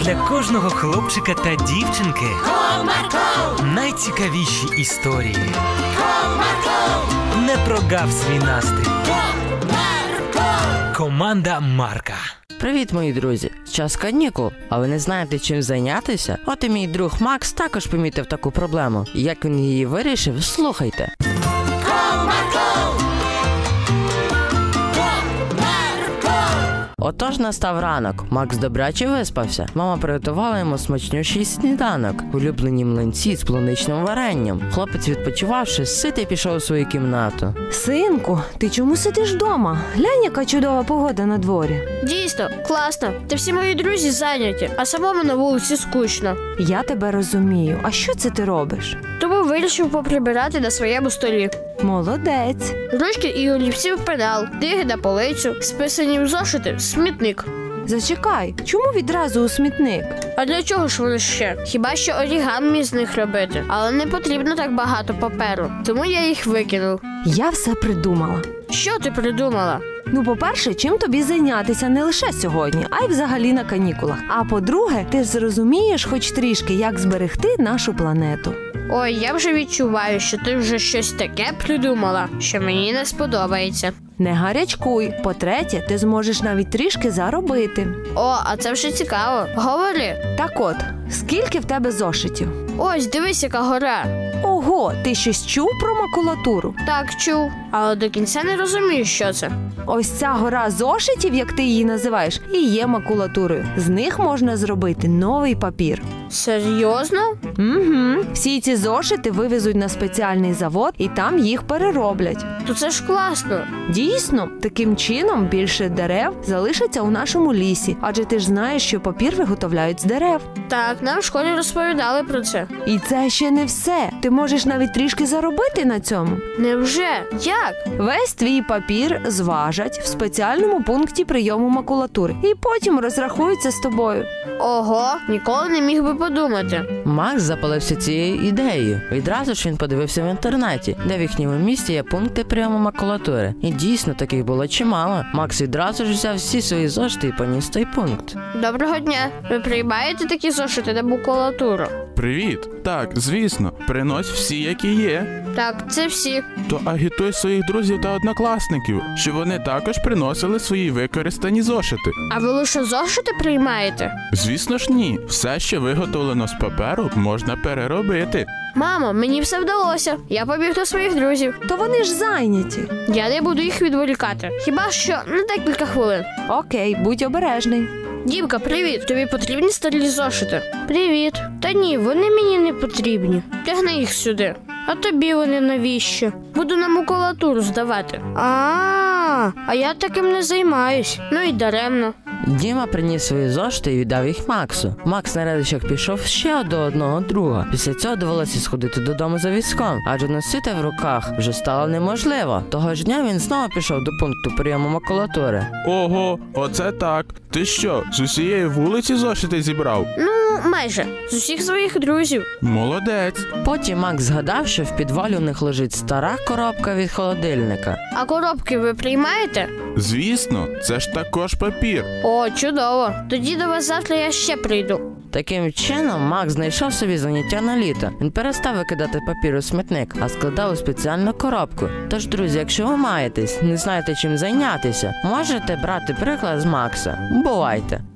для кожного хлопчика та дівчинки Comarco, найцікавіші історії. Comarco, Не прогав свій настрій. Comarco. Команда Марка. Привіт, мої друзі! Час канікул, а ви не знаєте, чим зайнятися? От і мій друг Макс також помітив таку проблему. Як він її вирішив, слухайте. Отож настав ранок. Макс добряче виспався. Мама приготувала йому смачнющий сніданок, улюблені млинці з полуничним варенням. Хлопець, відпочивавши, ситий пішов у свою кімнату. Синку, ти чому сидиш вдома? Глянь, яка чудова погода на дворі. Дійсно, класно. Та всі мої друзі зайняті, а самому на вулиці скучно. Я тебе розумію. А що це ти робиш? Тому вирішив поприбирати на своєму столі. Молодець. Ручки і олівці в пенал, книги на полицю, списані в зошити, в смітник. Зачекай, чому відразу у смітник? А для чого ж воно ще? Хіба що орігамі з них робити, але не потрібно так багато паперу, тому я їх викинув. Я все придумала. Що ти придумала? Ну, по-перше, чим тобі зайнятися не лише сьогодні, а й взагалі на канікулах. А по-друге, ти зрозумієш хоч трішки, як зберегти нашу планету. Ой, я вже відчуваю, що ти вже щось таке придумала, що мені не сподобається. Не гарячкуй. По-третє, ти зможеш навіть трішки заробити. О, а це вже цікаво. Говори. Так от, скільки в тебе зошитів? Ось, дивись, яка гора. Ого, ти щось чув про макулатуру? Так, чув, але до кінця не розумію, що це. Ось ця гора зошитів, як ти її називаєш, і є макулатурою. З них можна зробити новий папір. Серйозно? Угу. Всі ці зошити вивезуть на спеціальний завод і там їх перероблять. То це ж класно. Дійсно, таким чином більше дерев залишиться у нашому лісі, адже ти ж знаєш, що папір виготовляють з дерев. Так, нам в школі розповідали про це. І це ще не все. Ти можеш навіть трішки заробити на цьому. Невже? Як? Весь твій папір зважать в спеціальному пункті прийому макулатури і потім розрахуються з тобою. Ого, ніколи не міг би подумати. Макс запалився цією ідеєю. Відразу ж він подивився в інтернеті, де в їхньому місті є пункти прийому макулатури. І дійсно таких було чимало. Макс відразу ж взяв всі свої зошити і поніс той пункт. Доброго дня. Ви приймаєте такі зошити на букулатуру? Привіт! Так, звісно, принось всі, які є. Так, це всі. То агітуй своїх друзів та однокласників, щоб вони також приносили свої використані зошити. А ви лише зошити приймаєте? Звісно ж, ні, все, що виготовлено з паперу, можна переробити. Мамо, мені все вдалося. Я побіг до своїх друзів. То вони ж зайняті. Я не буду їх відволікати. Хіба що на декілька хвилин. Окей, будь обережний. Дімка, привіт. Тобі потрібні старлі зошити? Привіт. Та ні, вони мені не потрібні. Тягни їх сюди. А тобі вони навіщо? Буду на макулатуру здавати. А, а я таким не займаюсь. Ну і даремно. Діма приніс свої зошити і віддав їх Максу. Макс на радощах пішов ще до одного друга. Після цього довелося сходити додому за візком, адже носити в руках вже стало неможливо. Того ж дня він знову пішов до пункту прийому макулатури. Ого, оце так. Ти що, з усієї вулиці зошити зібрав? Ну, майже з усіх своїх друзів. Молодець. Потім Макс згадав, що в підвалі у них лежить стара коробка від холодильника. А коробки ви приймаєте? Звісно, це ж також папір. О, чудово. Тоді до вас завтра я ще прийду. Таким чином, Макс знайшов собі заняття на літо. Він перестав викидати папір у смітник, а складав у спеціальну коробку. Тож, друзі, якщо ви маєтесь, не знаєте чим зайнятися, можете брати приклад з Макса. Бувайте!